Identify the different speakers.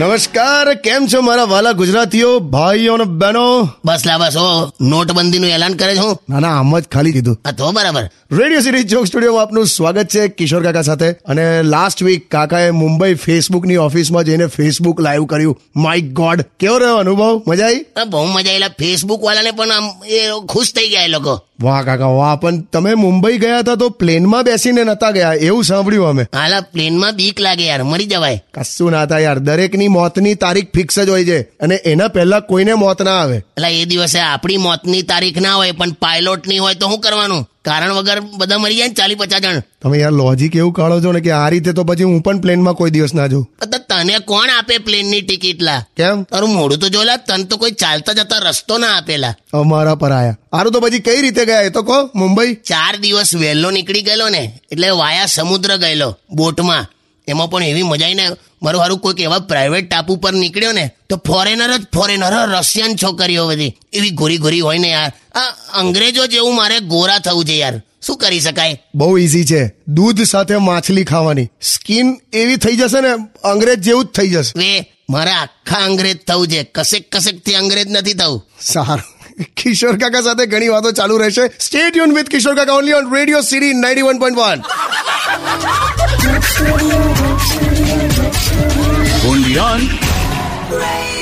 Speaker 1: નમસ્કાર કેમ છો મારા વાલા ગુજરાતીઓ ભાઈઓ અને બહેનો
Speaker 2: બસ લા બસ હો નોટબંધીનું એલાન કરે છે હું
Speaker 1: ના ના આમ જ ખાલી કીધું
Speaker 2: આ તો બરાબર
Speaker 1: રેડિયો સિટી જોક સ્ટુડિયોમાં આપનું સ્વાગત છે કિશોર કાકા સાથે અને લાસ્ટ વીક કાકાએ મુંબઈ ફેસબુકની ઓફિસમાં જઈને ફેસબુક લાઈવ કર્યું માય ગોડ કેવો રહ્યો અનુભવ મજા આવી
Speaker 2: આ બહુ મજા આવેલા ફેસબુક વાળાને પણ આમ એ ખુશ થઈ ગયા એ લોકો
Speaker 1: વાહ કાકા વાહ પણ તમે મુંબઈ ગયા હતા તો પ્લેનમાં બેસીને નતા ગયા એવું સાંભળ્યું અમે
Speaker 2: હાલા પ્લેનમાં બીક લાગે યાર મરી જવાય
Speaker 1: કશું ના થાય યાર દરેકની મોતની તારીખ ફિક્સ જ હોય છે અને એના પહેલા કોઈને મોત ના આવે
Speaker 2: એટલે એ દિવસે આપણી મોતની તારીખ ના હોય પણ પાયલોટની હોય તો શું કરવાનું કારણ વગર બધા મરી જાય ને ચાલી પચાસ જણ
Speaker 1: તમે યાર લોજિક એવું કાઢો છો ને કે આ રીતે તો પછી હું પણ પ્લેનમાં કોઈ દિવસ ના જઉં
Speaker 2: તો તને કોણ આપે પ્લેનની ટિકિટ લા
Speaker 1: કેમ
Speaker 2: તારું મોડું તો જોલા તને તો કોઈ ચાલતા જતા રસ્તો ના આપેલા
Speaker 1: અમારા પર આયા આરું તો પછી કઈ રીતે ગયા એ તો કહો મુંબઈ
Speaker 2: ચાર દિવસ વહેલો નીકળી ગયેલો ને એટલે વાયા સમુદ્ર ગયેલો બોટમાં એમાં પણ એવી મજા આવી ને મારું હારું કોઈક એવા પ્રાઇવેટ ટાપુ પર નીકળ્યો ને તો ફોરેનર જ ફોરેનર રશિયન છોકરીઓ બધી એવી ગોરી ગોરી હોય ને યાર આ અંગ્રેજો જેવું મારે ગોરા થવું છે યાર શું કરી શકાય
Speaker 1: બહુ ઈઝી છે દૂધ સાથે માછલી ખાવાની સ્કિન એવી થઈ જશે ને અંગ્રેજ જેવું જ થઈ જશે
Speaker 2: વે મારે આખા અંગ્રેજ થવું છે કસેક કસેક થી અંગ્રેજ નથી થવું
Speaker 1: સારું કિશોર કાકા સાથે ઘણી વાતો ચાલુ રહેશે સ્ટે ટ્યુન વિથ કિશોર કાકા only on radio city 91.1 one point one
Speaker 3: Undian.
Speaker 4: Radio